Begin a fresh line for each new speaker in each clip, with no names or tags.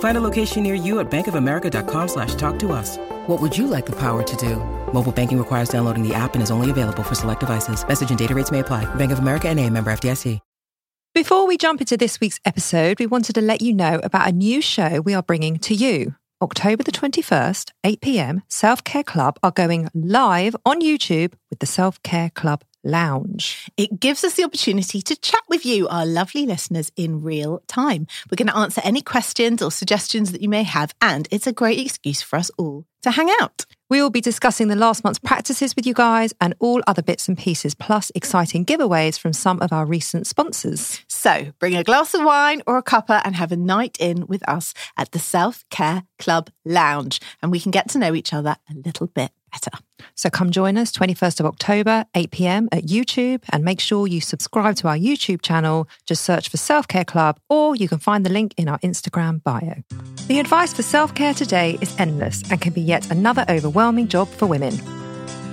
Find a location near you at bankofamerica.com slash talk to us. What would you like the power to do? Mobile banking requires downloading the app and is only available for select devices. Message and data rates may apply. Bank of America and a member FDIC.
Before we jump into this week's episode, we wanted to let you know about a new show we are bringing to you. October the 21st, 8 p.m., Self Care Club are going live on YouTube with the Self Care Club Lounge.
It gives us the opportunity to chat with you, our lovely listeners, in real time. We're going to answer any questions or suggestions that you may have, and it's a great excuse for us all to hang out.
We will be discussing the last month's practices with you guys and all other bits and pieces, plus exciting giveaways from some of our recent sponsors.
So bring a glass of wine or a cuppa and have a night in with us at the Self Care Club Lounge, and we can get to know each other a little bit better.
So come join us 21st of October, 8 pm at YouTube, and make sure you subscribe to our YouTube channel. Just search for Self Care Club, or you can find the link in our Instagram bio. The advice for self care today is endless and can be yet another overwhelming job for women.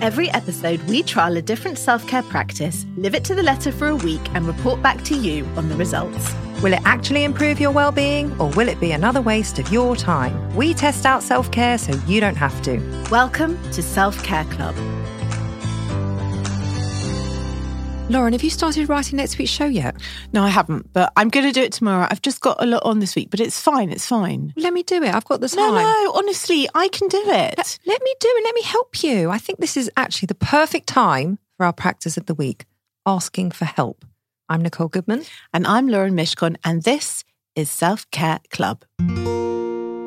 Every episode, we trial a different self care practice, live it to the letter for a week, and report back to you on the results.
Will it actually improve your well-being or will it be another waste of your time? We test out self-care so you don't have to.
Welcome to Self Care Club.
Lauren, have you started writing next week's show yet?
No, I haven't, but I'm going to do it tomorrow. I've just got a lot on this week, but it's fine. It's fine.
Let me do it. I've got the time.
No, no, honestly, I can do
Let,
it.
let me do it. Let me help you. I think this is actually the perfect time for our practice of the week, asking for help. I'm Nicole Goodman.
And I'm Lauren Mishkon, and this is Self Care Club.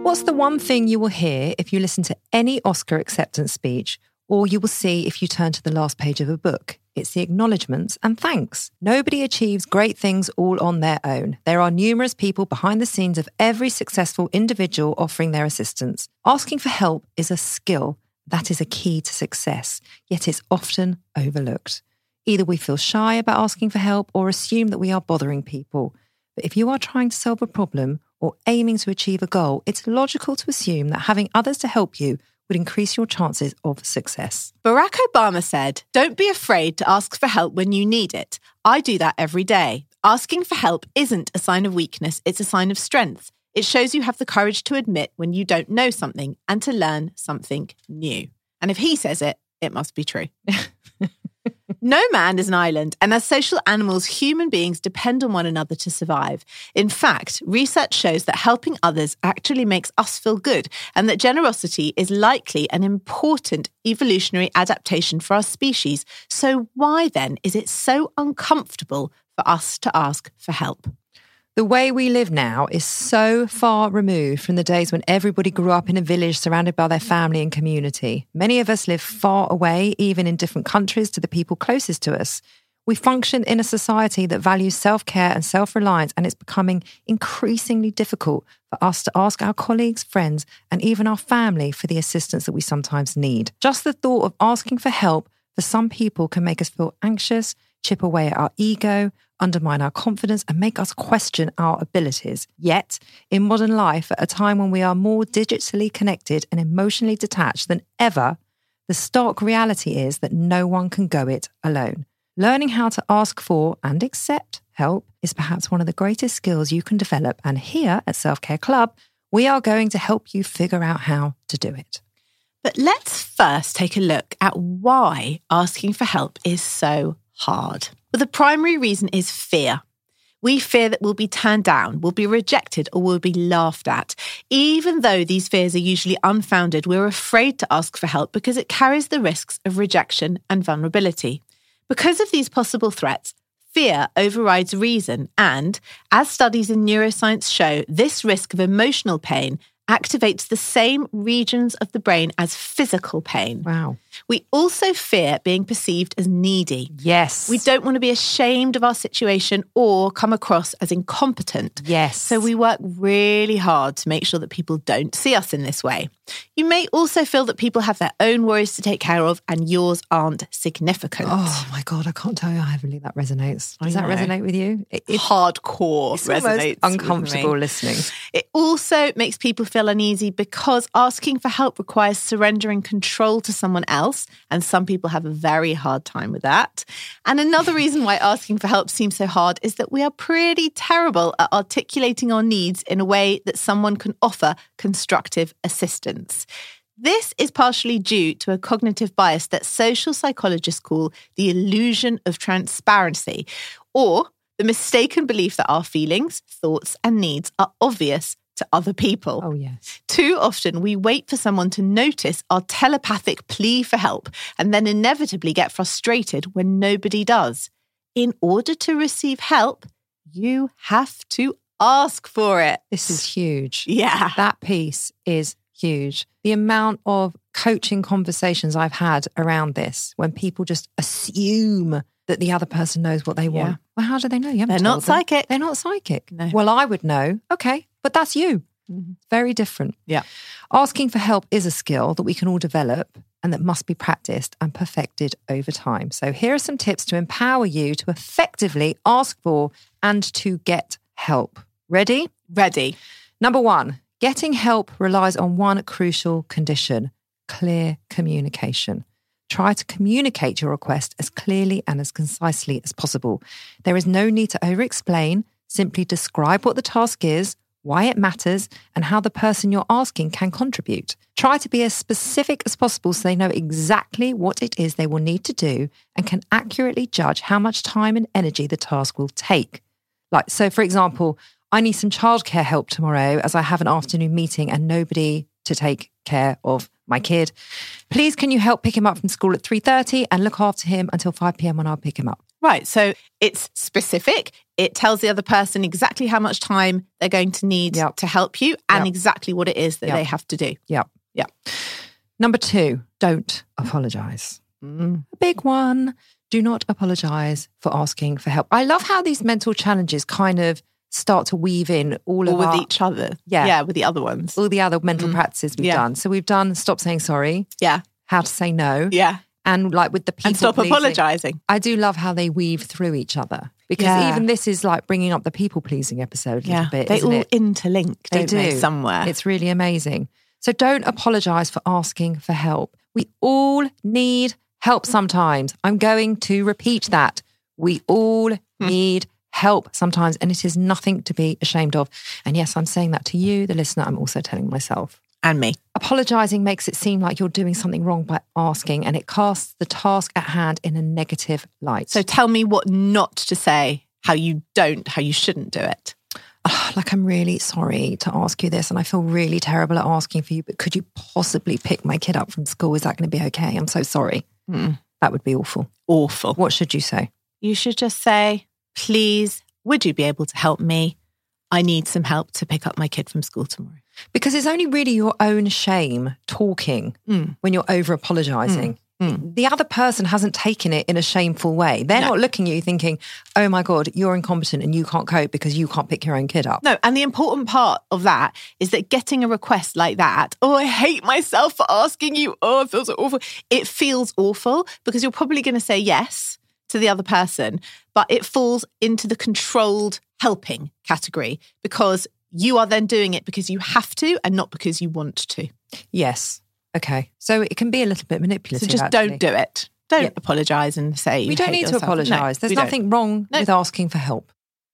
What's the one thing you will hear if you listen to any Oscar acceptance speech, or you will see if you turn to the last page of a book? It's the acknowledgements and thanks. Nobody achieves great things all on their own. There are numerous people behind the scenes of every successful individual offering their assistance. Asking for help is a skill that is a key to success, yet it's often overlooked. Either we feel shy about asking for help or assume that we are bothering people. But if you are trying to solve a problem or aiming to achieve a goal, it's logical to assume that having others to help you would increase your chances of success.
Barack Obama said, Don't be afraid to ask for help when you need it. I do that every day. Asking for help isn't a sign of weakness, it's a sign of strength. It shows you have the courage to admit when you don't know something and to learn something new. And if he says it, it must be true. No man is an island, and as social animals, human beings depend on one another to survive. In fact, research shows that helping others actually makes us feel good, and that generosity is likely an important evolutionary adaptation for our species. So, why then is it so uncomfortable for us to ask for help?
The way we live now is so far removed from the days when everybody grew up in a village surrounded by their family and community. Many of us live far away, even in different countries, to the people closest to us. We function in a society that values self care and self reliance, and it's becoming increasingly difficult for us to ask our colleagues, friends, and even our family for the assistance that we sometimes need. Just the thought of asking for help for some people can make us feel anxious, chip away at our ego, undermine our confidence, and make us question our abilities. Yet, in modern life, at a time when we are more digitally connected and emotionally detached than ever, the stark reality is that no one can go it alone. Learning how to ask for and accept help is perhaps one of the greatest skills you can develop. And here at Self Care Club, we are going to help you figure out how to do it.
But let's first take a look at why asking for help is so hard. Well, the primary reason is fear. We fear that we'll be turned down, we'll be rejected, or we'll be laughed at. Even though these fears are usually unfounded, we're afraid to ask for help because it carries the risks of rejection and vulnerability. Because of these possible threats, Fear overrides reason, and as studies in neuroscience show, this risk of emotional pain activates the same regions of the brain as physical pain.
Wow.
We also fear being perceived as needy.
Yes.
We don't want to be ashamed of our situation or come across as incompetent.
Yes.
So we work really hard to make sure that people don't see us in this way. You may also feel that people have their own worries to take care of and yours aren't significant.
Oh my god, I can't tell you how heavily that resonates. Does
I
that
know.
resonate with you? It, it-
Hardcore
it's almost
resonates with me.
uncomfortable listening.
It also makes people feel uneasy because asking for help requires surrendering control to someone else. And some people have a very hard time with that. And another reason why asking for help seems so hard is that we are pretty terrible at articulating our needs in a way that someone can offer constructive assistance. This is partially due to a cognitive bias that social psychologists call the illusion of transparency, or the mistaken belief that our feelings, thoughts, and needs are obvious to other people.
Oh yes.
Too often, we wait for someone to notice our telepathic plea for help and then inevitably get frustrated when nobody does. In order to receive help, you have to ask for it.
This is huge.
Yeah.
That piece is huge. The amount of coaching conversations I've had around this when people just assume that the other person knows what they want. Well, how do they know? You haven't
They're not
told them.
psychic.
They're not psychic.
No. Mm-hmm.
Well, I would know. Okay, but that's you. Very different.
Yeah.
Asking for help is a skill that we can all develop and that must be practiced and perfected over time. So, here are some tips to empower you to effectively ask for and to get help. Ready?
Ready.
Number one, getting help relies on one crucial condition clear communication. Try to communicate your request as clearly and as concisely as possible. There is no need to over explain. Simply describe what the task is, why it matters, and how the person you're asking can contribute. Try to be as specific as possible so they know exactly what it is they will need to do and can accurately judge how much time and energy the task will take. Like, so for example, I need some childcare help tomorrow as I have an afternoon meeting and nobody to take care of my kid. Please can you help pick him up from school at 3:30 and look after him until 5 p.m. when I'll pick him up?
Right. So it's specific. It tells the other person exactly how much time they're going to need
Yep.
to help you and
Yep.
exactly what it is that
Yep.
they have to do.
Yeah.
Yeah.
Number 2, don't apologize.
Mm.
A big one. Do not apologize for asking for help. I love how these mental challenges kind of start to weave in all
Or
of
with
our,
each other.
Yeah.
Yeah. With the other ones.
all the other mental practices we've
Yeah.
done. So we've done stop saying sorry,
Yeah.
how to say no,
Yeah.
and like with the people
And stop
pleasing-
apologizing.
I do love how they weave through each other because
Yeah.
even this is like bringing up the people pleasing episode a little
Yeah.
bit.
they
isn't
all
it?
interlink,
They
don't they,
do.
somewhere.
It's really amazing. So don't apologize for asking for help. We all need help sometimes. I'm going to repeat that. We all
Hmm.
need help sometimes, and it is nothing to be ashamed of. And yes, I'm saying that to you, the listener. I'm also telling myself.
and me.
Apologizing makes it seem like you're doing something wrong by asking, and it casts the task at hand in a negative light.
So tell me what not to say, how you don't, how you shouldn't do it.
"Oh, like I'm really sorry to ask you this and I feel really terrible at asking for you, but could you possibly pick my kid up from school? Is that going to be okay? I'm so sorry. That would be awful.
Awful.
What should you say?
You should just say, please, would you be able to help me? I need some help to pick up my kid from school tomorrow.
Because it's only really your own shame talking when you're over apologizing. The other person hasn't taken it in a shameful way. They're not looking at you thinking, oh my God, you're incompetent and you can't cope because you can't pick your own kid up.
No, and the important part of that is that getting a request like that, oh, I hate myself for asking you, oh, it feels so awful. It feels awful because you're probably going to say yes to the other person, but it falls into the controlled helping category because you are then doing it because you have to and not because you want to.
Yes. Okay. So it can be a little bit
So
manipulative.
just
actually.
don't do it. Don't
Yeah.
apologize and say you
we don't
hate
need
yourself.
to
No,
apologize. There's
we don't.
nothing wrong
No.
with asking for help.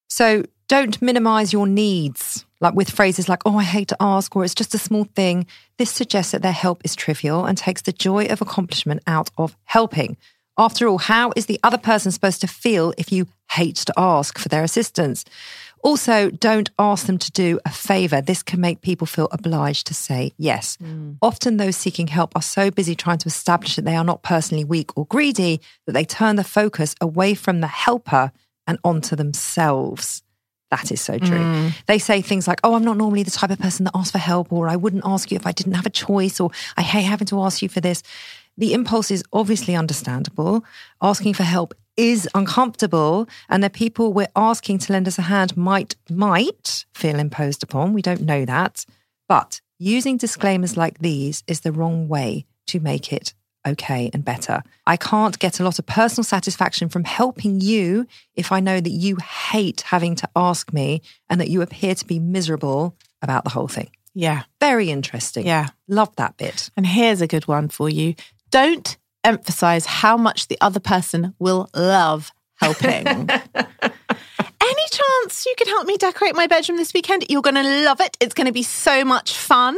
So don't minimize your needs, like with phrases like, oh, I hate to ask, or it's just a small thing. This suggests that their help is trivial and takes the joy of accomplishment out of helping. After all, how is the other person supposed to feel if you hate to ask for their assistance? Also, don't ask them to do a favor. This can make people feel obliged to say yes. Often, those seeking help are so busy trying to establish that they are not personally weak or greedy that they turn the focus away from the helper and onto themselves. That is so true. They say things like, Oh, I'm not normally the type of person that asks for help, or I wouldn't ask you if I didn't have a choice, or I hate having to ask you for this. The impulse is obviously understandable. Asking for help is uncomfortable, and the people we're asking to lend us a hand might, might feel imposed upon. We don't know that. But using disclaimers like these is the wrong way to make it okay and better. I can't get a lot of personal satisfaction from helping you if I know that you hate having to ask me and that you appear to be miserable about the whole thing.
Yeah.
Very interesting.
Yeah.
Love that bit.
And here's a good one for you. Don't emphasize how much the other person will love helping. Any chance you could help me decorate my bedroom this weekend? You're going to love it. It's going to be so much fun.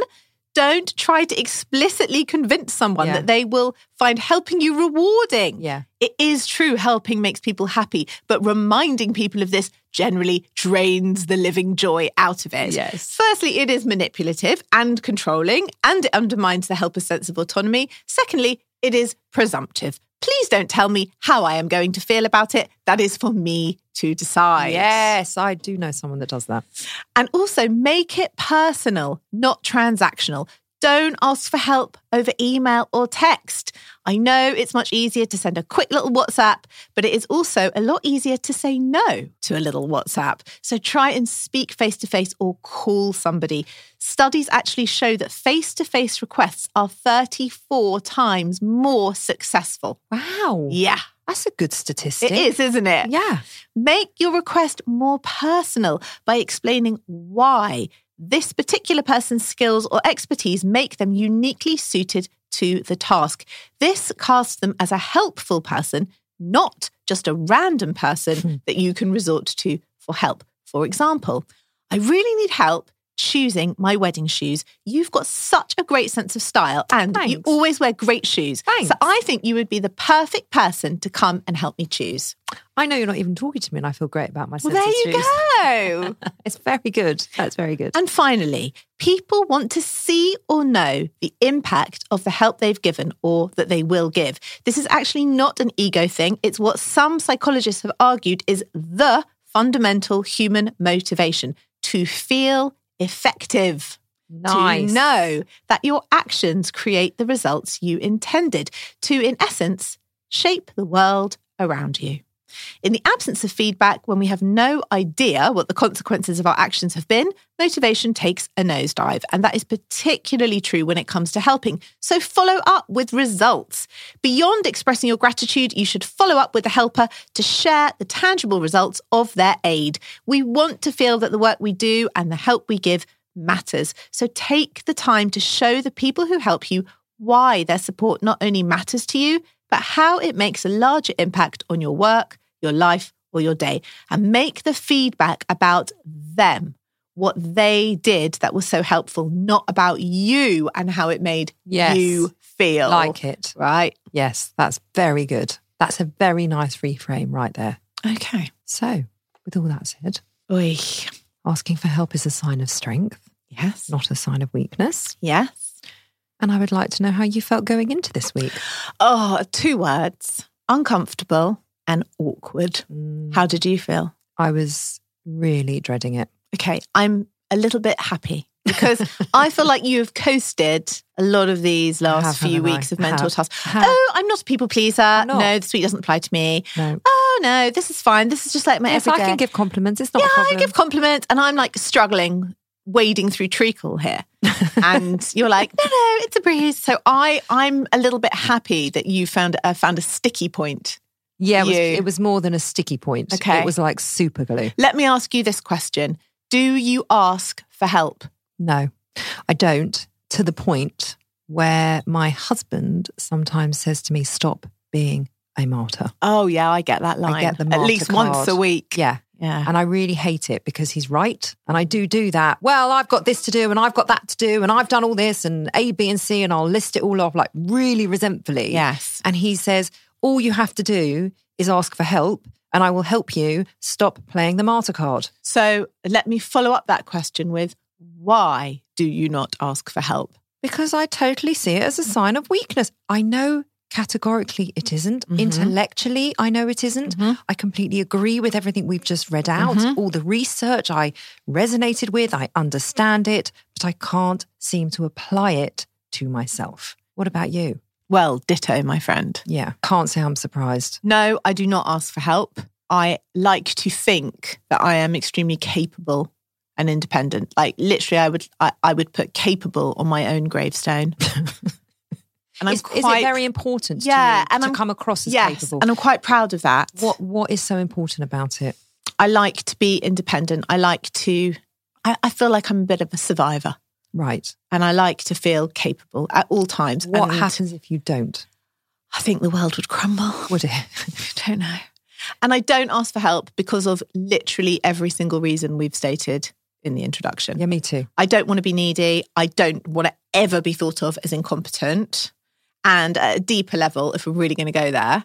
Don't try to explicitly convince someone
Yeah.
that they will find helping you rewarding.
Yeah.
It is true, helping makes people happy, but reminding people of this generally drains the living joy out of it.
Yes.
Firstly, it is manipulative and controlling, and it undermines the helper's sense of autonomy. Secondly, it is presumptive. Please don't tell me how I am going to feel about it. That is for me to decide.
Yes, I do know someone that does that.
And also make it personal, not transactional. Don't ask for help over email or text. I know it's much easier to send a quick little WhatsApp, but it is also a lot easier to say no to a little WhatsApp. So try and speak face to face or call somebody. Studies actually show that face to face requests are 34 times more successful.
Wow.
Yeah,
That's a good statistic.
it is, isn't it?
Yeah.
Make your request more personal by explaining why this particular person's skills or expertise make them uniquely suited to the task. This casts them as a helpful person, not just a random
Hmm.
person that you can resort to for help. For example, I really need help choosing my wedding shoes. You've got such a great sense of style and you
Thanks.
always wear great shoes.
Thanks.
So I think you would be the perfect person to come and help me choose.
I know you're not even talking to me, and I feel great about my
Well,
sense
there
of
you
shoes.
go.
It's very good. That's very good.
and finally, people want to see or know the impact of the help they've given or that they will give. This is actually not an ego thing, it's what some psychologists have argued is the fundamental human motivation to feel effective.
nice.
To know that your actions create the results you intended to, in essence, shape the world around you. In the absence of feedback, when we have no idea what the consequences of our actions have been, motivation takes a nosedive. And that is particularly true when it comes to helping. So follow up with results. Beyond expressing your gratitude, you should follow up with the helper to share the tangible results of their aid. We want to feel that the work we do and the help we give matters. So take the time to show the people who help you why their support not only matters to you, but how it makes a larger impact on your work, your life, or your day. And make the feedback about them, what they did that was so helpful, not about you and how it made
Yes.
you feel.
Like it.
Right.
Yes, that's very good. That's a very nice reframe right there.
Okay.
So, with all that said,
Oy.
asking for help is a sign of strength,
Yes.
not a sign of weakness.
Yes.
And I would like to know how you felt going into this week.
Oh, two words uncomfortable and awkward. How did you feel?
Mm, I was really dreading it.
Okay, I'm a little bit happy because I feel like you have coasted a lot of these
I
last
have,
few
haven't I?
weeks of
I
mental
have.
tasks.
I have.
Oh, I'm not a people pleaser.
not.
No, this week doesn't apply to me.
No.
Oh no, this is fine. This is just like my
Yes, I
everyday.
can give compliments. It's not a
yeah, I
problem.
give compliments, and I'm like struggling, wading through treacle here. and you're like, no, no, it's a breeze. So I, I'm a little bit happy that you found uh, found a sticky point.
yeah, it was,
you.
it was more than a sticky point.
Okay.
It was like super glue.
Let me ask you this question: Do you ask for help?
No, I don't. To the point where my husband sometimes says to me, stop being a martyr.
Oh yeah, I get that line.
get the
At
martyr
least once
card.
a week.
Yeah.
Yeah.
And I really hate it because he's right. And I do do that. Well, I've got this to do and I've got that to do and I've done all this and A, B, and C, and I'll list it all off like really resentfully.
Yes.
And he says, all you have to do is ask for help and I will help you stop playing the martyr card.
So let me follow up that question with why do you not ask for help?
Because I totally see it as a sign of weakness. I know Categorically, it isn't.
Mm-hmm.
Intellectually, I know it isn't. I completely agree with everything we've just read out.
Mm-hmm.
All the research I resonated with, I understand it, but I can't seem to apply it to myself. What about you?
Well, ditto, my friend.
Yeah, can't say I'm surprised.
No, I do not ask for help. I like to think that I am extremely capable and independent. Like literally, I would I, I would put capable on my own gravestone. and I'm
is, is
quite-
it very important to,
Yeah,
you
and
to
I'm-
come across as
yes,
capable?
and I'm quite proud of that.
what what is so important about it?
I like to be independent. I like to. I, I feel like I'm a bit of a survivor,
Right.
and I like to feel capable at all times.
What
And
happens if you don't?
I think the world would crumble.
Would it?
don't know. And I don't ask for help because of literally every single reason we've stated in the introduction.
yeah, me too.
I don't want to be needy. I don't want to ever be thought of as incompetent. And at a deeper level, if we're really going to go there,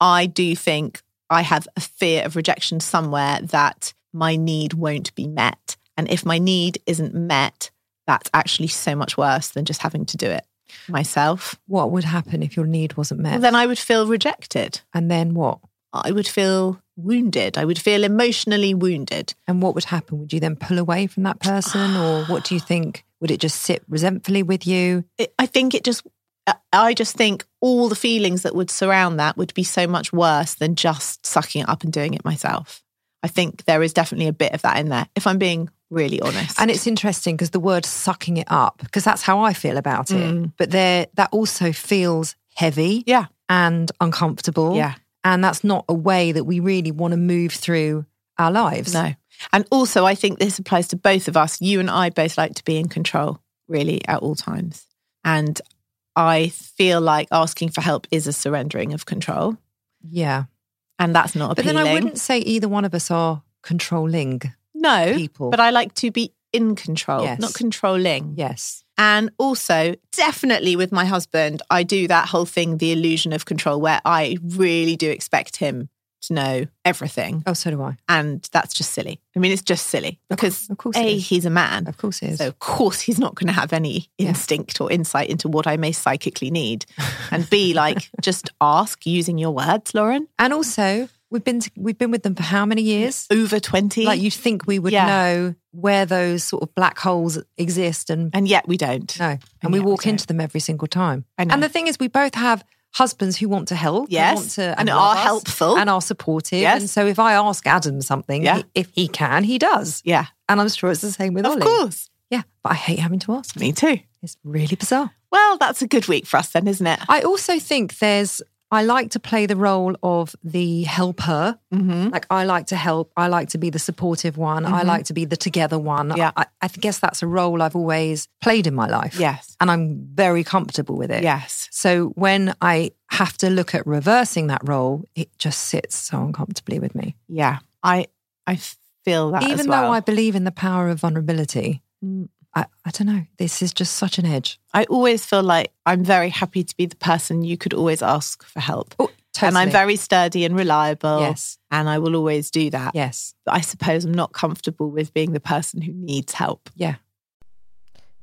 I do think I have a fear of rejection somewhere that my need won't be met. And if my need isn't met, that's actually so much worse than just having to do it myself.
What would happen if your need wasn't met?
Well, then I would feel rejected.
and then what?
I would feel wounded. I would feel emotionally wounded.
And what would happen? Would you then pull away from that person, or what do you think? Would it just sit resentfully with you?
It, I think it just, I- I just think all the feelings that would surround that would be so much worse than just sucking it up and doing it myself. I think there is definitely a bit of that in there, if I'm being really honest.
And it's interesting because the word "sucking it up" because that's how I feel about it. But there, that also feels heavy
Mm. yeah,
and uncomfortable.
Yeah.
and that's not a way that we really want to move through our lives.
no. And also, I think this applies to both of us. You and I both like to be in control, really, at all times. And I feel like asking for help is a surrendering of control.
Yeah,
And that's not
but
appealing.
then I wouldn't say either one of us are controlling.
No,
people.
But I like to be in control,
Yes.
not controlling.
Yes.
And also, definitely with my husband, I do that whole thing, the illusion of control, where I really do expect him to know everything.
Oh, so do I.
And that's just silly. I mean, it's just silly because,
of course it
A,
is.
he's a man.
Of course it is.
So, of course, he's not going to have any
Yeah.
instinct or insight into what I may psychically need. And B, like, just ask using your words, Lauren.
and also, we've been we've been with them for how many years?
Over 20.
Like you'd think we would
Yeah.
know where those sort of black holes exist, and
and yet we don't.
no, and, we
yet we
walk
don't.
into them every single time.
I know.
And the thing is, we both have husbands who want to help, who
Yes,
want to,
and
love
are
us
helpful.
and are supportive.
Yes.
And so, if I ask Adam something,
Yeah.
he- if he can, he does.
Yeah.
And I'm sure it's the same with
Of
Ollie.
course.
Yeah, but I hate having to ask.
Me too.
It's really bizarre.
Well, that's a good week for us then, isn't it?
I also think there's. I like to play the role of the helper.
Mm-hmm.
Like I like to help. I like to be the supportive one. I like to be the together one.
Yeah.
I, I guess that's a role I've always played in my life.
Yes.
And I'm very comfortable with it.
Yes.
So when I have to look at reversing that role, it just sits so uncomfortably with me.
Yeah. I I feel that
Even
as well. Mm.
though I believe in the power of vulnerability, I, I don't know. This is just such an edge.
I always feel like I'm very happy to be the person you could always ask for help.
Oh, totally.
And I'm very sturdy and reliable.
Yes.
And I will always do that.
Yes.
But I suppose I'm not comfortable with being the person who needs help.
Yeah.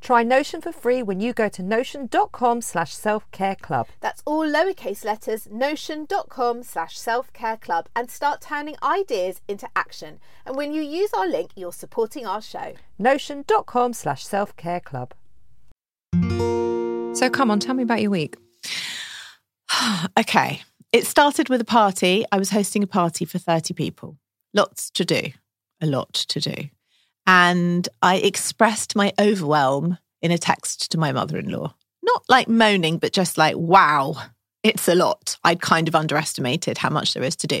Try Notion for free when you go to notion.com slash self care club.
That's all lowercase letters, notion.com slash self care club, and start turning ideas into action. And when you use our link, you're supporting our show.
Notion.com slash self care club.
So come on, tell me about your week.
Okay. It started with a party. I was hosting a party for 30 people. Lots to do, a lot to do. And I expressed my overwhelm in a text to my mother in law. Not like moaning, but just like, wow, it's a lot. I'd kind of underestimated how much there is to do.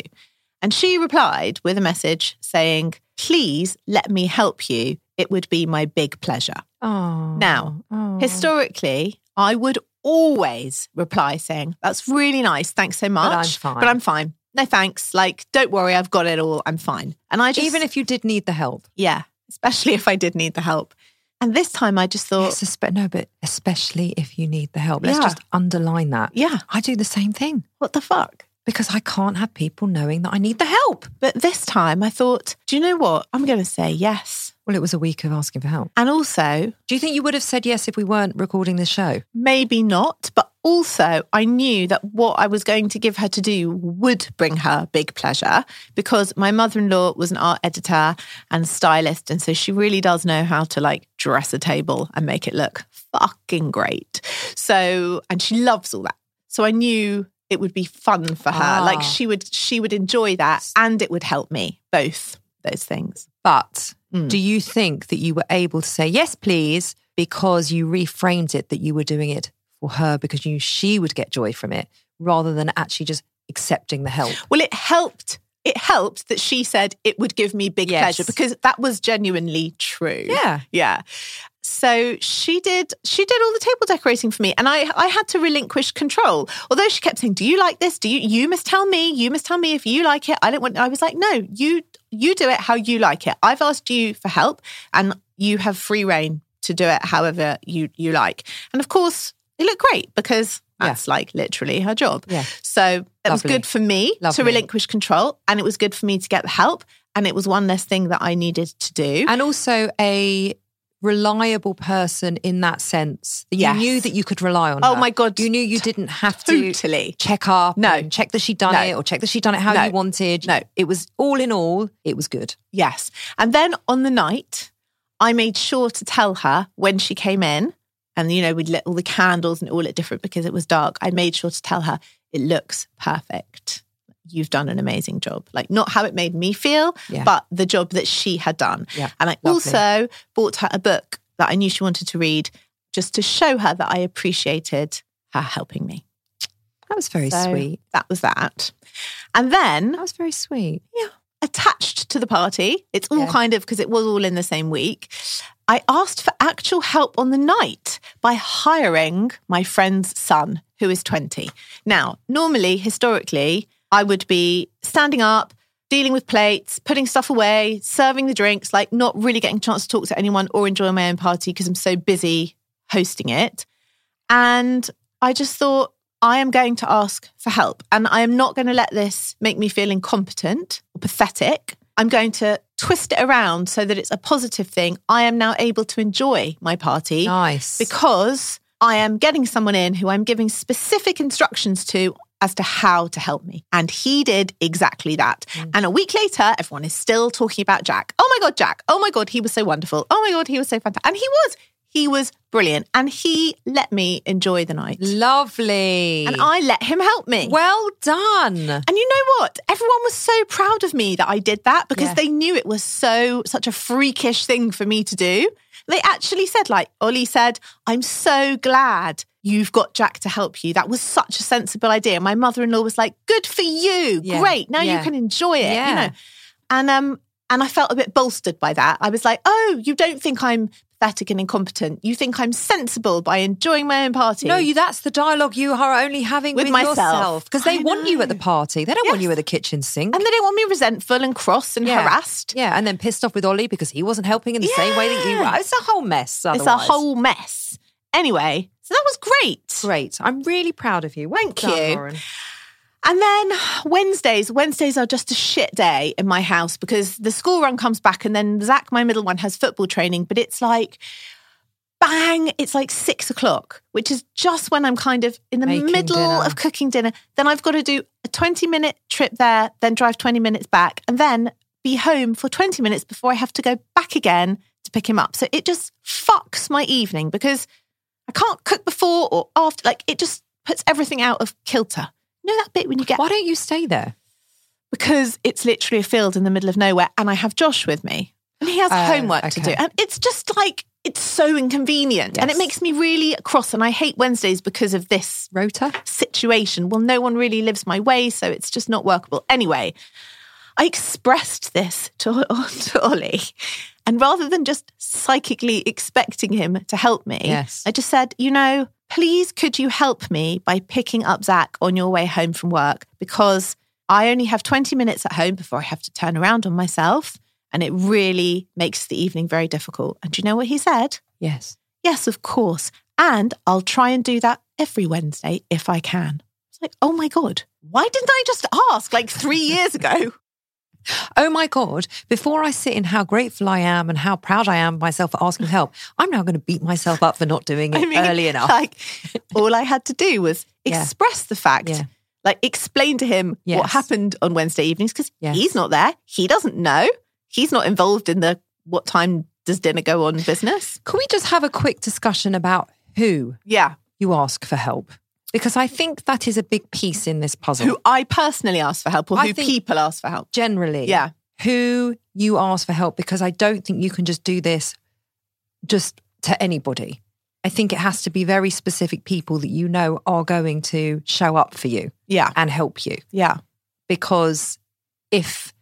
And she replied with a message saying, please let me help you. It would be my big pleasure.
Oh,
Now,
oh.
historically, I would always reply saying, That's really nice. Thanks so much.
fine."
But I'm fine. No thanks. Like, don't worry. I've got it all. I'm fine. And I just,
even if you did need the help.
yeah, especially if I did need the help. And this time I just thought,
Yes, espe- no, but especially if you need the help. Let's
Oh. Yeah.
just underline that.
Yeah.
I do the same thing
What the fuck?
because I can't have people knowing that I need the help.
But this time I thought, Do you know what? I'm going to say yes.
Well, it was a week of asking for help.
And also,
Do you think you would have said yes if we weren't recording this show?
maybe not. But also, I knew that what I was going to give her to do would bring her big pleasure because my mother in law was an art editor and stylist. And so she really does know how to like dress a table and make it look fucking great. So, and she loves all that. So I knew it would be fun for her.
Ah.
Like she would, she would enjoy that and it would help me, both those things.
But do you think that you were able to say yes, please, because you reframed it that you were doing it for her because you knew she would get joy from it rather than actually just accepting the help?
Well, it helped. It helped that she said it would give me big
Yes.
pleasure because that was genuinely true.
Yeah.
Yeah. So she did she did all the table decorating for me and I I had to relinquish control. Although she kept saying, "Do you like this? Do you you must tell me. You must tell me if you like it." I don't want I was like, "No, you you do it how you like it. I've asked you for help and you have free reign to do it however you you like." And of course, it looked great because
Yeah.
that's like literally her job.
Yeah.
So that was
Lovely.
good for me
Lovely.
to relinquish control and it was good for me to get the help and it was one less thing that I needed to do.
And also a reliable person in that sense. that You
Yes.
knew that you could rely on
Oh
her.
my God.
You knew you didn't have to
Totally.
check up,
No.
and check that she'd done
No.
it or check that she'd done it how
No.
you wanted.
No.
It was all in all, it was good.
Yes. And then on the night, I made sure to tell her when she came in, and you know, we'd lit all the candles and all lit different because it was dark. I made sure to tell her it looks perfect. You've done an amazing job. Like, not how it made me feel,
Yeah.
but the job that she had done.
Yeah.
And I
Lovely.
also bought her a book that I knew she wanted to read just to show her that I appreciated her helping me.
That was very
So
sweet.
That was that. And then
That was very sweet.
yeah, attached to the party. It's all
Yeah.
kind of because it was all in the same week. I asked for actual help on the night by hiring my friend's son, who is 20. Now, normally, historically, I would be standing up, dealing with plates, putting stuff away, serving the drinks, like not really getting a chance to talk to anyone or enjoy my own party because I'm so busy hosting it.
And I just thought, I am going to ask for help. And I am not going to let this make me feel incompetent or pathetic. I'm going to twist it around so that it's a positive thing. I am now able to enjoy my party
Nice.
because I am getting someone in who I'm giving specific instructions to as to how to help me. And he did exactly that. And a week later, everyone is still talking about Jack. Oh my God, Jack. Oh my God, he was so wonderful. Oh my God, he was so fantastic. And he was. He was brilliant. And he let me enjoy the night.
Lovely.
And I let him help me.
well done.
And you know what? Everyone was so proud of me that I did that because
Yeah.
they knew it was so such a freakish thing for me to do. They actually said, like Ollie said, I'm so glad you've got Jack to help you. That was such a sensible idea. My mother-in-law was like, good for you.
Yeah.
Great. Now
Yeah.
you can enjoy it. You
Yeah.
know. And um and I felt a bit bolstered by that. I was like, oh, you don't think I'm pathetic and incompetent. You think I'm sensible by enjoying my own party.
No, you, that's the dialogue you are only having with,
With myself.
yourself because they
I
want you at the
know.
party. They don't want
Yes.
you at the kitchen sink.
and they don't want me resentful and cross and harassed.
Yeah, and then pissed off with Ollie because he wasn't helping in the same way that you
Yeah.
were. It's a whole mess. Otherwise.
It's a whole mess. Anyway, so that was great.
Great. I'm really proud of you. Well
Thank
done,
you.
Lauren.
And then Wednesdays, Wednesdays are just a shit day in my house because the school run comes back and then Zach, my middle one, has football training, but it's like bang, it's like six o'clock, which is just when I'm kind of in the
Making
middle
dinner.
of cooking dinner. Then I've got to do a 20 minute trip there, then drive 20 minutes back, and then be home for 20 minutes before I have to go back again to pick him up. So it just fucks my evening because I can't cook before or after. Like it just puts everything out of kilter. You know that bit when you get
Why don't you stay there?
because it's literally a field in the middle of nowhere and I have Josh with me and he has
Oh,
homework to do.
okay.
And it's just like, it's so inconvenient and it
Yes.
makes me really cross. And I hate Wednesdays because of this
Rota?
situation. Well, no one really lives my way, so it's just not workable. Anyway, I expressed this to, to Ollie. And rather than just psychically expecting him to help me,
Yes.
I just said, you know, please could you help me by picking up Zach on your way home from work? Because I only have 20 minutes at home before I have to turn around on myself. And it really makes the evening very difficult. And do you know what he said?
Yes.
Yes, of course. And I'll try and do that every Wednesday if I can. It's like, oh my God, why didn't I just ask like three years ago?
Oh my God. Before I sit in how grateful I am and how proud I am of myself for asking help, I'm now going to beat myself up for not doing it
I mean,
early enough.
Like, all I had to do was
Yeah.
express the fact,
Yeah.
like, explain to him what
Yes.
happened on Wednesday evenings because
Yes.
he's not there. He doesn't know. He's not involved in the what time does dinner go on business.
Can we just have a quick discussion about who
Yeah.
you ask for help? Because I think that is a big piece in this puzzle.
Who I personally asked for help or
I
who
think-
people ask for help.
generally
Yeah.
who you ask for help because i don't think you can just do this just to anybody i think it has to be very specific people that you know are going to show up for you
Yeah.
and help you
Yeah.
because if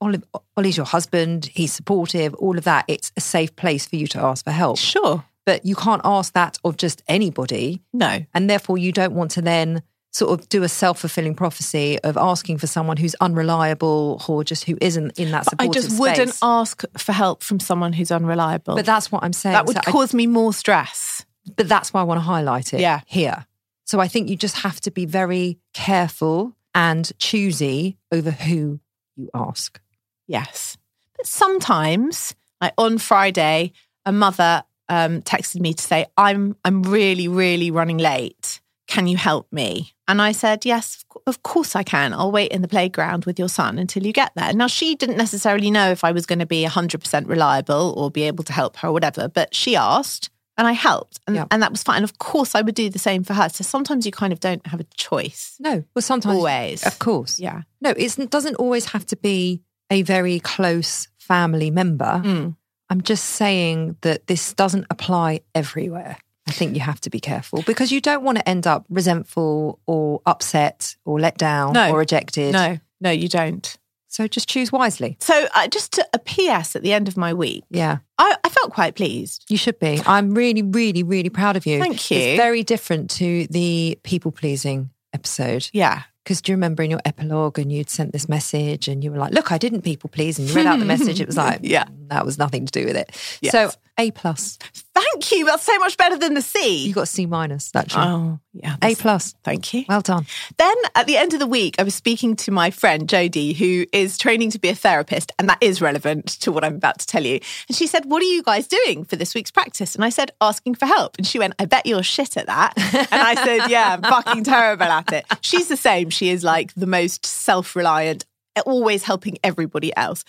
Ollie- Ollie's your husband, he's supportive, all of that. It's a safe place for you to ask for help.
Sure.
But you can't ask that of just anybody.
No.
And therefore, you don't want to then sort of do a self fulfilling prophecy of asking for someone who's unreliable or just who isn't in that
I
supportive
just
space.
wouldn't ask for help from someone who's unreliable.
But that's what I'm saying.
that would
So I-
cause me more stress.
but that's why I want to highlight it
Yeah.
here. So I think you just have to be very careful and choosy over who you ask.
Yes. But sometimes, like on Friday, a mother um, texted me to say, "I'm I'm really really running late. Can you help me?" And I said, "Yes, of cou- of course I can. I'll wait in the playground with your son until you get there." Now she didn't necessarily know if I was going to be 100% reliable or be able to help her or whatever, but she asked and I helped. And
Yeah.
and that was fine. And of course I would do the same for her. So sometimes you kind of don't have a choice.
No, well, sometimes.
Always.
Of course.
Yeah.
No, it's- it doesn't always have to be a very close family member.
Mm.
I'm just saying that this doesn't apply everywhere. I think you have to be careful because you don't want to end up resentful or upset or let down
No.
or rejected.
No. No, you don't.
So just choose wisely.
So, uh, just to, a PS at the end of my week,
Yeah.
I, I felt quite pleased.
You should be. I'm really, really, really proud of you.
Thank you.
It's very different to the people pleasing episode.
Yeah.
Because do you remember in your epilogue and you'd sent this message and you were like, look, I didn't people please. And you read out the message. It was like,
Yeah.
that was nothing to do with it.
Yes.
So A plus.
Thank Thank you. That's so much better than the
You
C.
got C minus, actually.
Oh, yeah.
A plus.
Thank you.
Well done.
Then at the end of the week, I was speaking to my friend Jodie, who is training to be a therapist, and that is relevant to what I'm about to tell you. And she said, What are you guys doing for this week's practice? And I said, Asking for help. And she went, I bet you're shit at that. And I said, Yeah, I'm fucking terrible at it. She's the same. She is like the most self reliant, always helping everybody else.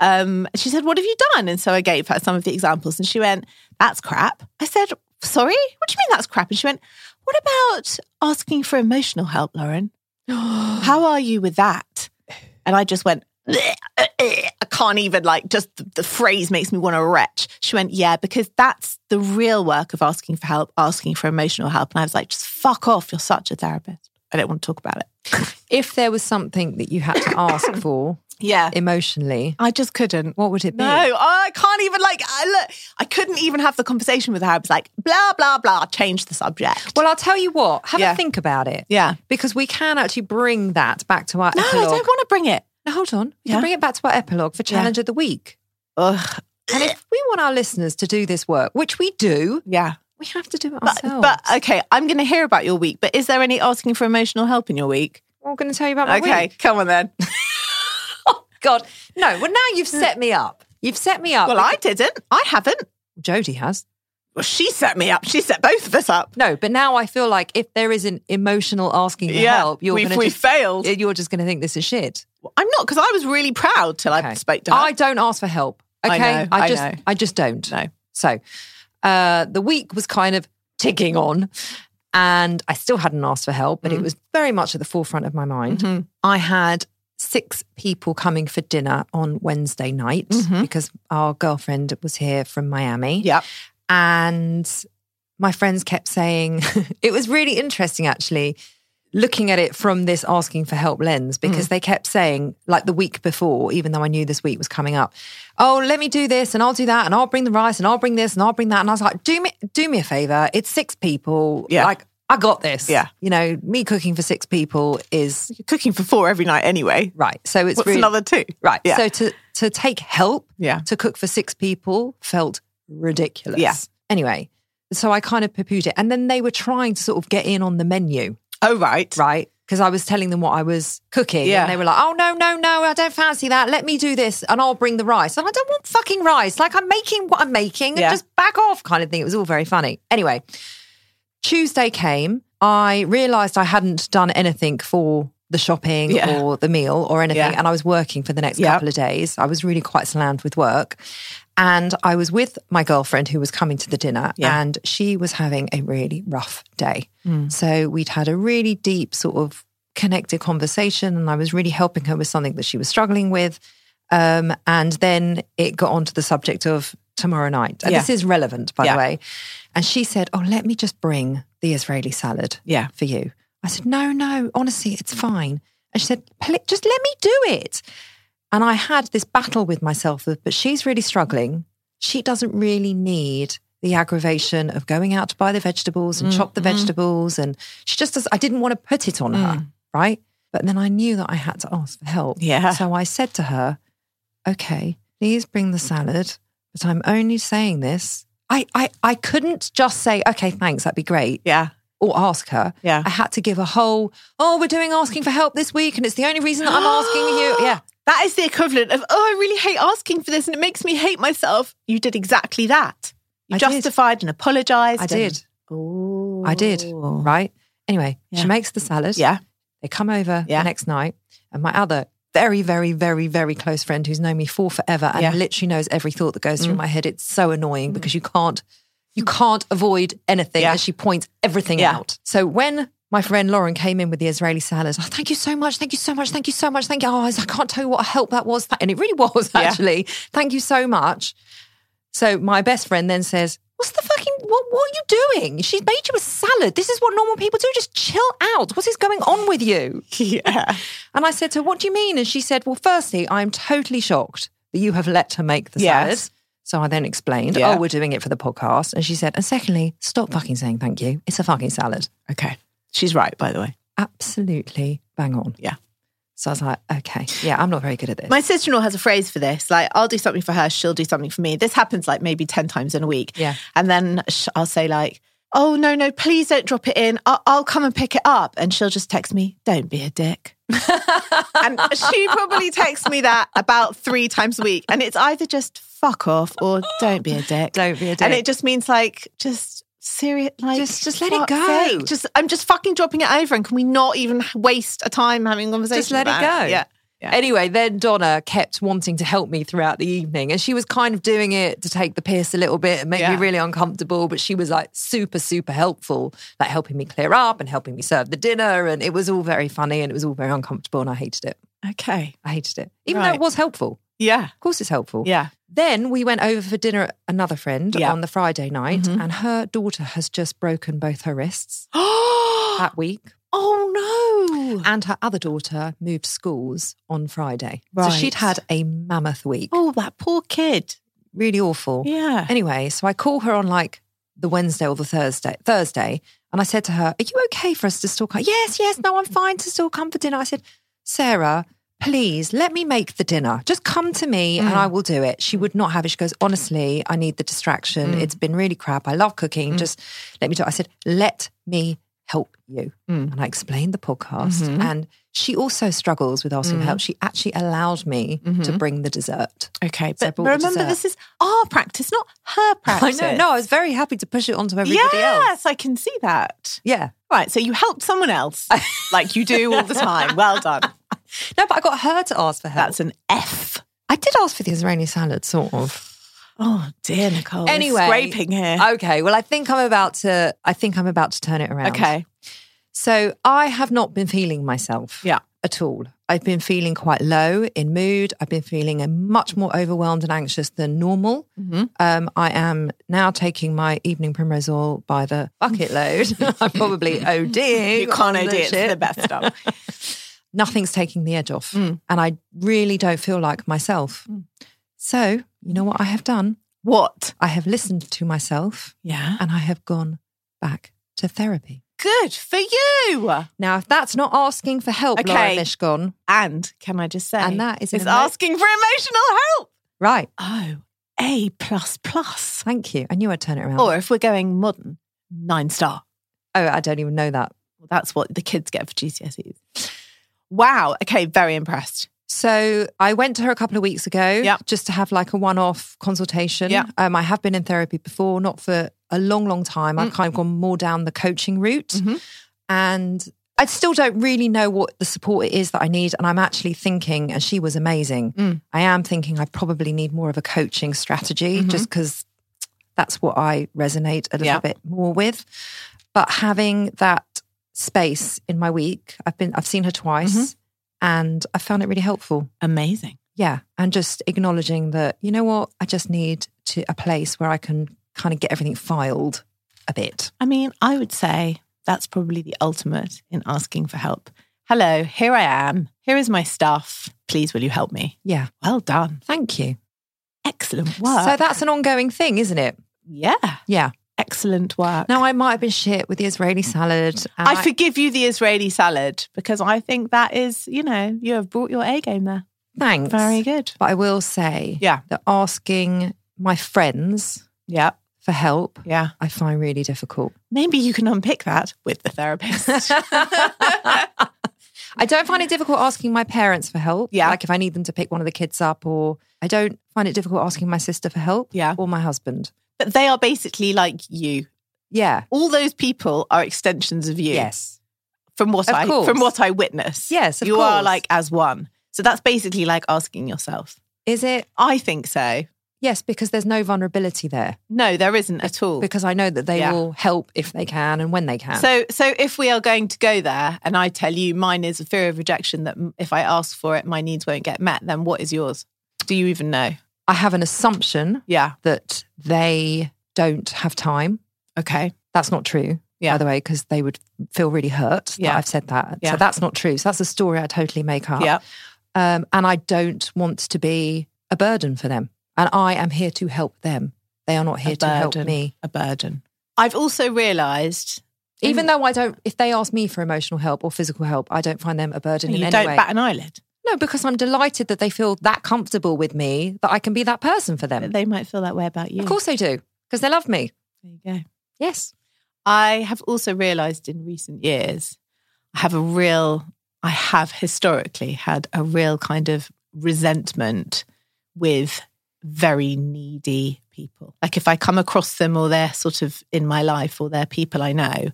Um, she said, What have you done? And so I gave her some of the examples, and she went, That's crap. I said, Sorry? What do you mean that's crap? And she went, What about asking for emotional help, Lauren? How are you with that? And I just went, "Bleh, uh, uh, I can't even like just the, the phrase makes me want to retch. She went, Yeah, because that's the real work of asking for help, asking for emotional help. And I was like, Just fuck off. You're such a therapist. I don't want to talk about it.
If there was something that you had to ask for
Yeah.
emotionally,
I just couldn't.
what would it be?
No, I can't even like I look I couldn't even have the conversation with her. I was like, blah, blah, blah, change the subject.
Well, I'll tell you what, have
Yeah.
a think about it.
Yeah.
Because we can actually bring that back to our
no, I
epilogue.
don't want to bring it.
Now, hold on. We
Yeah.
can bring it back to our epilogue for Challenge of the Week.
Ugh.
And if we want our listeners to do this work, which we do,
Yeah.
we have to do it
But, uh,
ourselves.
but okay, I'm going to hear about your week. But is there any asking for emotional help in your week?
we're going to tell you about my
Okay,
week.
come on then.
Oh, God. No, well, now you've set me up. You've set me up.
Well, I didn't. I haven't.
Jodie has.
Well, she set me up. She set both of us up.
No, but now I feel like if there is an emotional asking for
Yeah,
help, you're
we've-
going to
we've failed.
You're just going to think this is shit.
I'm not because I was really proud till I
Okay.
spoke to her.
I don't ask for help.
I
Okay,
know, I
just
know.
I just don't. know. So uh, the week was kind of ticking on, and I still hadn't asked for help, but it
Mm-hmm.
was very much at the forefront of my mind. I had six people coming for dinner on Wednesday night because our girlfriend was here from Miami.
Mm-hmm. yeah.
And my friends kept saying, it was really interesting actually looking at it from this asking for help lens
Mm.
because they kept saying, like the week before, even though I knew this week was coming up, oh, let me do this and I'll do that and I'll bring the rice and I'll bring this and I'll bring that. And I was like, do me, do me a favor. It's six people.
Yeah.
Like, I got this.
Yeah.
You know, me cooking for six people is
You're cooking for four every night anyway.
right. So it's
What's
really,
another two?
Right.
Yeah.
So to to take help
Yeah.
to cook for six people felt ridiculous.
Yeah.
Anyway, so I kind of poo-pooed it. And then they were trying to sort of get in on the menu,
oh, right.
right? Because I was telling them what I was cooking.
Yeah.
And they were like, oh, no, no, no, I don't fancy that. Let me do this and I'll bring the rice. And I don't want fucking rice. Like I'm making what I'm making
Yeah.
and just back off kind of thing. It was all very funny. Anyway, Tuesday came, I realized I hadn't done anything for the shopping
Yeah.
or the meal or anything.
Yeah.
And I was working for the next
Yeah.
couple of days. I was really quite slammed with work. And I was with my girlfriend who was coming to the dinner,
Yeah. Hmm.
and she was having a really rough day. So we'd had a really deep, sort of connected conversation, and I was really helping her with something that she was struggling with. Um, and then it got onto the subject of tomorrow night. And
Yeah.
this is relevant, by
Yeah.
the way. And she said, Oh, let me just bring the Israeli salad
Yeah.
for you. I said, No, no, honestly, it's fine. And she said, "Pl- Just let me do it. And I had this battle with myself of, but she's really struggling. She doesn't really need the aggravation of going out to buy the vegetables and chop the
Mm-hmm.
vegetables. And she just does, I didn't want to put it on
Mm.
her. Right. But then I knew that I had to ask for help.
Yeah.
So I said to her, okay, please bring the salad, but I'm only saying this. I, I, I couldn't just say, okay, thanks, that'd be great
Yeah.
or ask her.
Yeah.
I had to give a whole, oh, we're doing asking for help this week and it's the only reason that I'm asking you. Yeah.
That is the equivalent of, oh, I really hate asking for this and it makes me hate myself. You did exactly that. You
I did.
justified and apologized.
I did.
Oh.
I did. Right. Anyway,
Yeah.
she makes the salad.
Yeah.
They come over
Yeah.
the next night. And my other very, very, very, very close friend who's known me for forever and
Yeah. Mm.
literally knows every thought that goes through my head. It's so annoying because you can't you can't avoid anything
Yeah.
as she points everything
Yeah.
out. So when my friend Lauren came in with the Israeli salad. Oh, thank you so much. Thank you so much. Thank you so much. Thank you. Oh, I can't tell you what a help that was. And it really was,
Yeah.
actually. Thank you so much. So my best friend then says, What's the fucking what what are you doing? She's made you a salad. This is what normal people do. Just chill out. What is going on with you?
Yeah.
And I said to her, What do you mean? And she said, Well, firstly, I'm totally shocked that you have let her make the
Yes.
salad. So I then explained,
Yeah.
Oh, we're doing it for the podcast. And she said, And secondly, stop fucking saying thank you. It's a fucking salad.
Okay. She's right, by the way.
Absolutely bang on.
Yeah.
So I was like, okay, yeah, I'm not very good at this.
My sister in law has a phrase for this. Like, I'll do something for her, she'll do something for me. This happens like maybe 10 times in a week.
Yeah.
And then sh- I'll say, like, oh, no, no, please don't drop it in. I'll, I'll come and pick it up. And she'll just text me, don't be a dick. and she probably texts me that about three times a week. And it's either just fuck off or don't be a dick.
Don't be a
And
dick.
it just means like, just. Serious, like
Just- just let it
fuck's
go.
sake, Just, I'm just fucking dropping it over, and can we not even waste a time having conversation?
just let it
about
go.
Yeah, yeah.
Anyway, then Donna kept wanting to help me throughout the evening, and she was kind of doing it to take the piss a little bit and make me
Yeah.
really uncomfortable. But she was like super, super helpful, like helping me clear up and helping me serve the dinner, and it was all very funny and it was all very uncomfortable, and I hated it.
Okay.
I hated it, even though
Right.
it was helpful.
Yeah.
Of course, it's helpful.
Yeah.
Then we went over for dinner at another friend
Yeah. Mm-hmm.
on the Friday night, and her daughter has just broken both her wrists
oh
that week.
no.
And her other daughter moved schools on Friday. So
Right.
she'd had a mammoth week.
Oh, that poor kid.
Really awful.
Yeah.
Anyway, so I call her on like the Wednesday or the Thursday, Thursday, and I said to her, "Are you okay for us to still come?" Yes, yes, no, I'm fine to still come for dinner. I said, "Sarah, please let me make the dinner. Just come to me, and I will do it." She would not have it. She goes, "Honestly, I need the distraction. It's been really crap. I love cooking. Just let me do." it. I said, "Let me." Help you. And I explained the podcast. And she also struggles with asking for help. She actually allowed me to bring the dessert.
Okay.
So I
But
brought the
remember,
dessert.
this is our practice, not her
I
practice.
know. No, I was very happy to push it onto everybody
yes,
else.
I can see that.
Yeah.
Right. So you helped someone else like you do all the time. Well done.
No, but I got her to ask for help.
That's an F.
I did ask for the Israeli salad, sort of.
Oh, dear, Nicole. we're
Anyway,
Scraping here.
Okay. Well, I think I'm about to. I think I'm about to turn it around.
okay.
So I have not been feeling myself.
Yeah.
At all. I've been feeling quite low in mood. I've been feeling uh, much more overwhelmed and anxious than normal.
Mm-hmm.
Um, I am now taking my evening primrose oil by the bucket load. I'm probably ODing.
You
on
can't OD.
the
It's
ship.
the best stuff.
nothing's taking the edge off.
Mm.
And I really don't feel like myself. So, you know what I have done?
what?
I have listened to myself
Yeah.
and I have gone back to therapy.
Good for you.
Now, if that's not asking for help, Laura
Okay.
Mishkon,
And can I just say,
And that is an
it's
emo-
asking for emotional help.
right,
Oh, A plus plus.
thank you. I knew I'd turn it around.
Or if we're going modern, nine star.
oh, I don't even know that.
Well, that's what the kids get for GCSEs. Wow. Okay. Very impressed.
So I went to her a couple of weeks ago
Yep.
just to have like a one off consultation.
Yep.
Um, I have been in therapy before, not for a long, long time.
Mm.
I've kind of gone more down the coaching route.
Mm-hmm.
And I still don't really know what the support it is that I need. And I'm actually thinking, and she was amazing,
Mm.
I am thinking I probably need more of a coaching strategy
Mm-hmm.
just because that's what I resonate a little
Yeah.
bit more with. But having that space in my week, I've been I've seen her twice
Mm-hmm.
and I found it really helpful.
Amazing.
Yeah. And just acknowledging that, you know what, I just need to a place where I can kind of get everything filed a bit.
I mean, I would say that's probably the ultimate in asking for help. Hello. Here I am. Here is my stuff. Please, will you help me?
Yeah.
Well done.
Thank you.
Excellent work.
So that's an ongoing thing, isn't it?
yeah.
Yeah.
Excellent work.
Now I might have been shit with the Israeli salad. and
I forgive you the Israeli salad because I think that is, you know, you have brought your A game there.
thanks.
Very good.
But I will say
Yeah.
that asking my friends
Yeah.
for help,
Yeah.
I find really difficult.
Maybe you can unpick that with the therapist.
I don't find it difficult asking my parents for help.
Yeah.
Like if I need them to pick one of the kids up, or I don't find it difficult asking my sister for help.
Yeah.
Or my husband.
but they are basically like you.
Yeah.
All those people are extensions of you.
Yes.
From what
Of
I
course.
from what I witness.
Yes, of
you are
course.
like as one. So that's basically like asking yourself.
Is it?
I think so.
Yes, because there's no vulnerability there.
No, there isn't at all.
Because I know that they
Yeah.
will help if they can and when they can.
So, so if we are going to go there, and I tell you mine is a fear of rejection that m- if I ask for it, my needs won't get met, then what is yours? Do you even know?
I have an assumption
Yeah.
that they don't have time.
Okay.
That's not true.
Yeah.
By the way, because they would feel really hurt that
Yeah.
I've said that.
Yeah.
So that's not true. So that's a story I totally make up.
Yeah.
um, and I don't want to be a burden for them. And I am here to help them. They are not here to help me.
A burden. I've also realised
Even though I don't, if they ask me for emotional help or physical help, I don't find them a burden
You
in any
don't
way.
bat an eyelid.
no, because I'm delighted that they feel that comfortable with me that I can be that person for them.
But they might feel that way about you.
Of course they do, because they love me.
There you go.
Yes.
I have also realized in recent years, I have a real, I have historically had a real kind of resentment with very needy people. Like if I come across them or they're sort of in my life or they're people I know,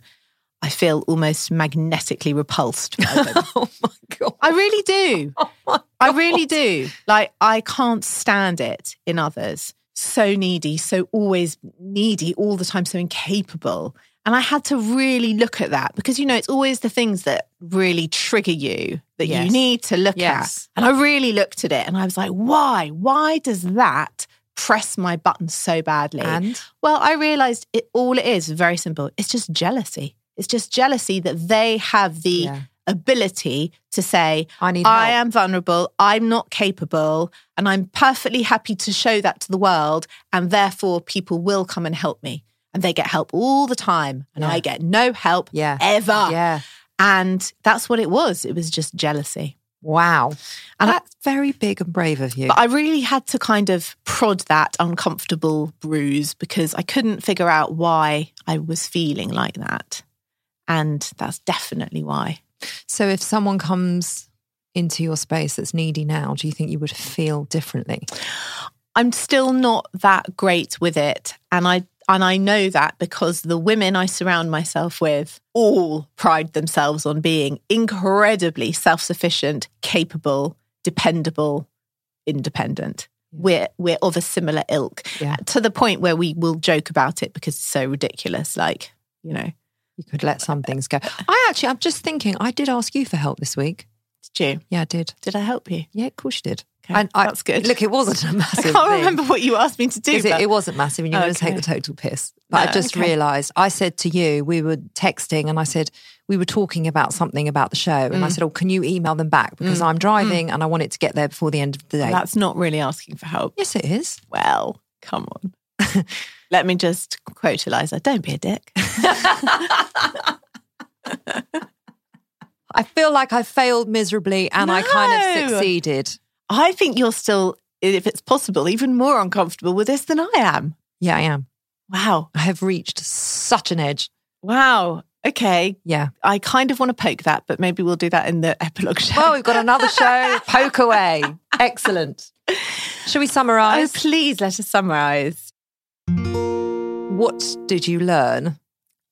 I feel almost magnetically repulsed by them.
oh my god.
I really do. I really do. Like, I can't stand it in others. So needy, so always needy, all the time, so incapable. And I had to really look at that because, you know, it's always the things that really trigger you that
Yes.
you need to look
Yes.
at. And I really looked at it and I was like, why? Why does that press my button so badly?
And
Well, I realized it all it is very simple. It's just jealousy. It's just jealousy that they have the
Yeah.
ability to say,
I need
I
help.
am vulnerable, I'm not capable, and I'm perfectly happy to show that to the world. And therefore, people will come and help me. And they get help all the time. And
Yeah.
I get no help
Yeah.
ever.
Yeah.
And that's what it was. It was just jealousy.
Wow.
And I-
That's very big and brave of you.
But I really had to kind of prod that uncomfortable bruise because I couldn't figure out why I was feeling like that. And that's definitely why.
so if someone comes into your space that's needy now, do you think you would feel differently?
I'm still not that great with it. And I and I know that because the women I surround myself with all pride themselves on being incredibly self-sufficient, capable, dependable, independent. We're we're of a similar ilk.
Yeah.
To the point where we will joke about it because it's so ridiculous. Like, you know,
You could let some things go. I actually, I'm just thinking, I did ask you for help this week.
did you?
Yeah, I did.
Did I help you?
Yeah, of course you did.
Okay,
and I,
that's good.
Look, it wasn't a
I
massive.
can't
thing.
remember what you asked me to do.
Is it,
but-
it wasn't massive, and you're going to take
Okay.
the total piss. But I
No,
just
okay.
realised. I said to you, we were texting, and I said we were talking about something about the show, and
Mm.
I said, "Oh, can you email them back because I'm driving and I want it to get there before the end of the day."
That's not really asking for help.
yes, it is.
Well, come on. Let me just quote Eliza. Don't be a dick.
I feel like I failed miserably, and I kind of
No.
succeeded.
I think you're still, if it's possible, even more uncomfortable with this than I am.
Yeah, I am.
Wow.
I have reached such an edge.
Wow. Okay.
Yeah.
I kind of want to poke that, but maybe we'll do that in the epilogue show.
Well, we've got another show. Poke away. Excellent. Shall we
oh,
summarise?
please let us summarize.
what did you learn?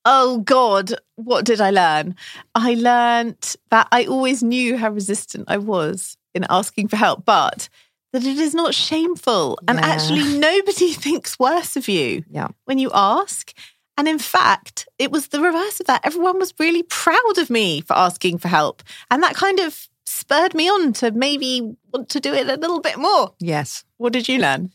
Oh, God. What did I learn? I learnt that I always knew how resistant I was in asking for help, but that it is not shameful. And
Yeah.
actually, nobody thinks worse of you.
Yeah.
when you ask. And in fact, it was the reverse of that. Everyone was really proud of me for asking for help. And that kind of spurred me on to maybe want to do it a little bit more.
Yes.
What did you learn?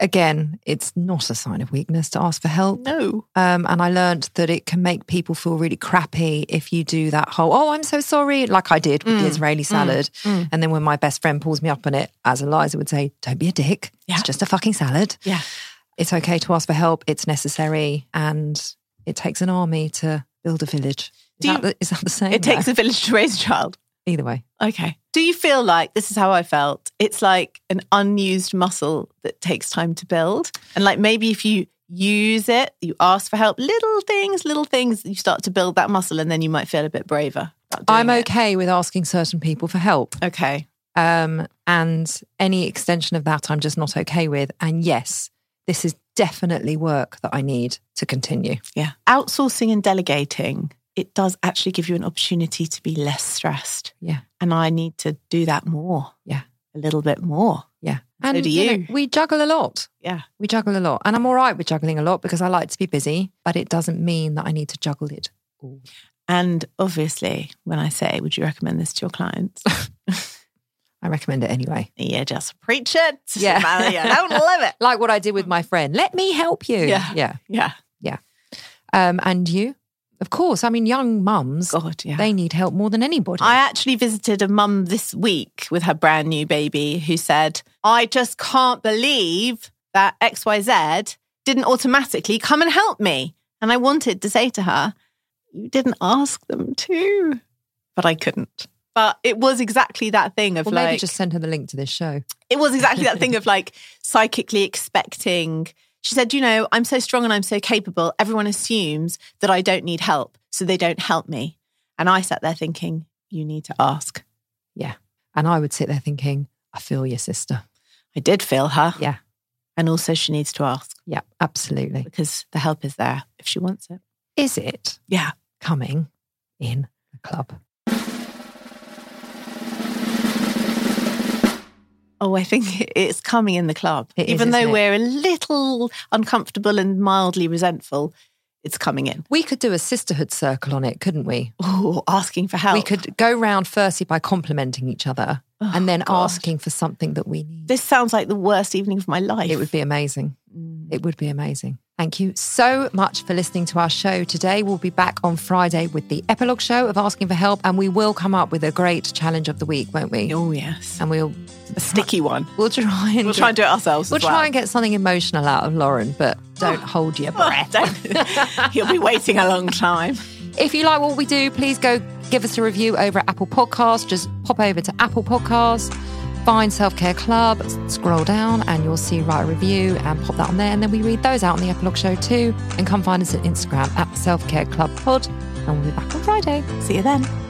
Again, it's not a sign of weakness to ask for help.
No.
Um, and I learned that it can make people feel really crappy if you do that whole, oh, I'm so sorry, like I did
Mm.
with the Israeli salad. And then when my best friend pulls me up on it, as Eliza would say, don't be a dick.
Yeah.
It's just a fucking salad.
Yeah.
It's okay to ask for help. It's necessary. And it takes an army to build a village. Is,
Do
that,
you-
the, is that the same?
It takes
No.
a village to raise a child.
Either way.
Okay. Do you feel like this is how I felt? It's like an unused muscle that takes time to build. And like maybe if you use it, you ask for help, little things, little things, you start to build that muscle and then you might feel a bit braver. about doing
I'm
it.
okay with asking certain people for help.
Okay.
Um, and any extension of that, I'm just not okay with. And yes, this is definitely work that I need to continue.
Yeah. Outsourcing and delegating, it does actually give you an opportunity to be less stressed.
Yeah.
And I need to do that more.
Yeah.
A little bit more.
Yeah.
So
And
do
know,
you.
we juggle a lot.
Yeah.
We juggle a lot. And I'm all right with juggling a lot because I like to be busy, but it doesn't mean that I need to juggle it all.
And obviously, when I say, would you recommend this to your clients?
I recommend it anyway.
you just preach it.
Yeah.
Maria, don't live it.
Like what I did with my friend. Let me help you.
Yeah.
Yeah.
Yeah.
Um, and you? Of course. I mean, young mums,
God, yeah.
they need help more than anybody.
I actually visited a mum this week with her brand new baby who said, I just can't believe that XYZ didn't automatically come and help me. And I wanted to say to her, you didn't ask them to. But I couldn't. But it was exactly that thing of
Well,
like
maybe just send her the link to this show.
it was exactly that thing of like psychically expecting. She said, You know, I'm so strong and I'm so capable. Everyone assumes that I don't need help, so they don't help me. And I sat there thinking, You need to ask.
Yeah. And I would sit there thinking, I feel your sister.
I did feel her.
Yeah.
And also, she needs to ask
Yeah, absolutely.
because the help is there if she wants it.
Is it
Yeah.
coming in the club?
Oh, I think it's coming in the club.
It is,
Even though
isn't it?
we're a little uncomfortable and mildly resentful, it's coming in.
We could do a sisterhood circle on it, couldn't we?
Oh, asking for help.
We could go round firstly by complimenting each other
Oh,
and then
God.
asking for something that we need.
This sounds like the worst evening of my life.
It would be amazing.
Mm.
It would be amazing. Thank you so much for listening to our show today. We'll be back on Friday with the epilogue show of Asking for Help, and we will come up with a great challenge of the week, won't we?
Oh, yes.
And we'll
A sticky one.
we'll try and
We'll try and do it ourselves.
we'll
as well. Oh.
try and get something emotional out of Lauren, but don't hold your breath.
Don't- He'll be waiting a long time.
If you like what we do, please go give us a review over at Apple Podcasts. Just pop over to Apple Podcasts, find Self Care Club, s- scroll down, and you'll see Write a Review and pop that on there. And then we read those out on the Epilogue Show too. And come find us at Instagram at Self Care Club Pod. And we'll be back on Friday.
See you then.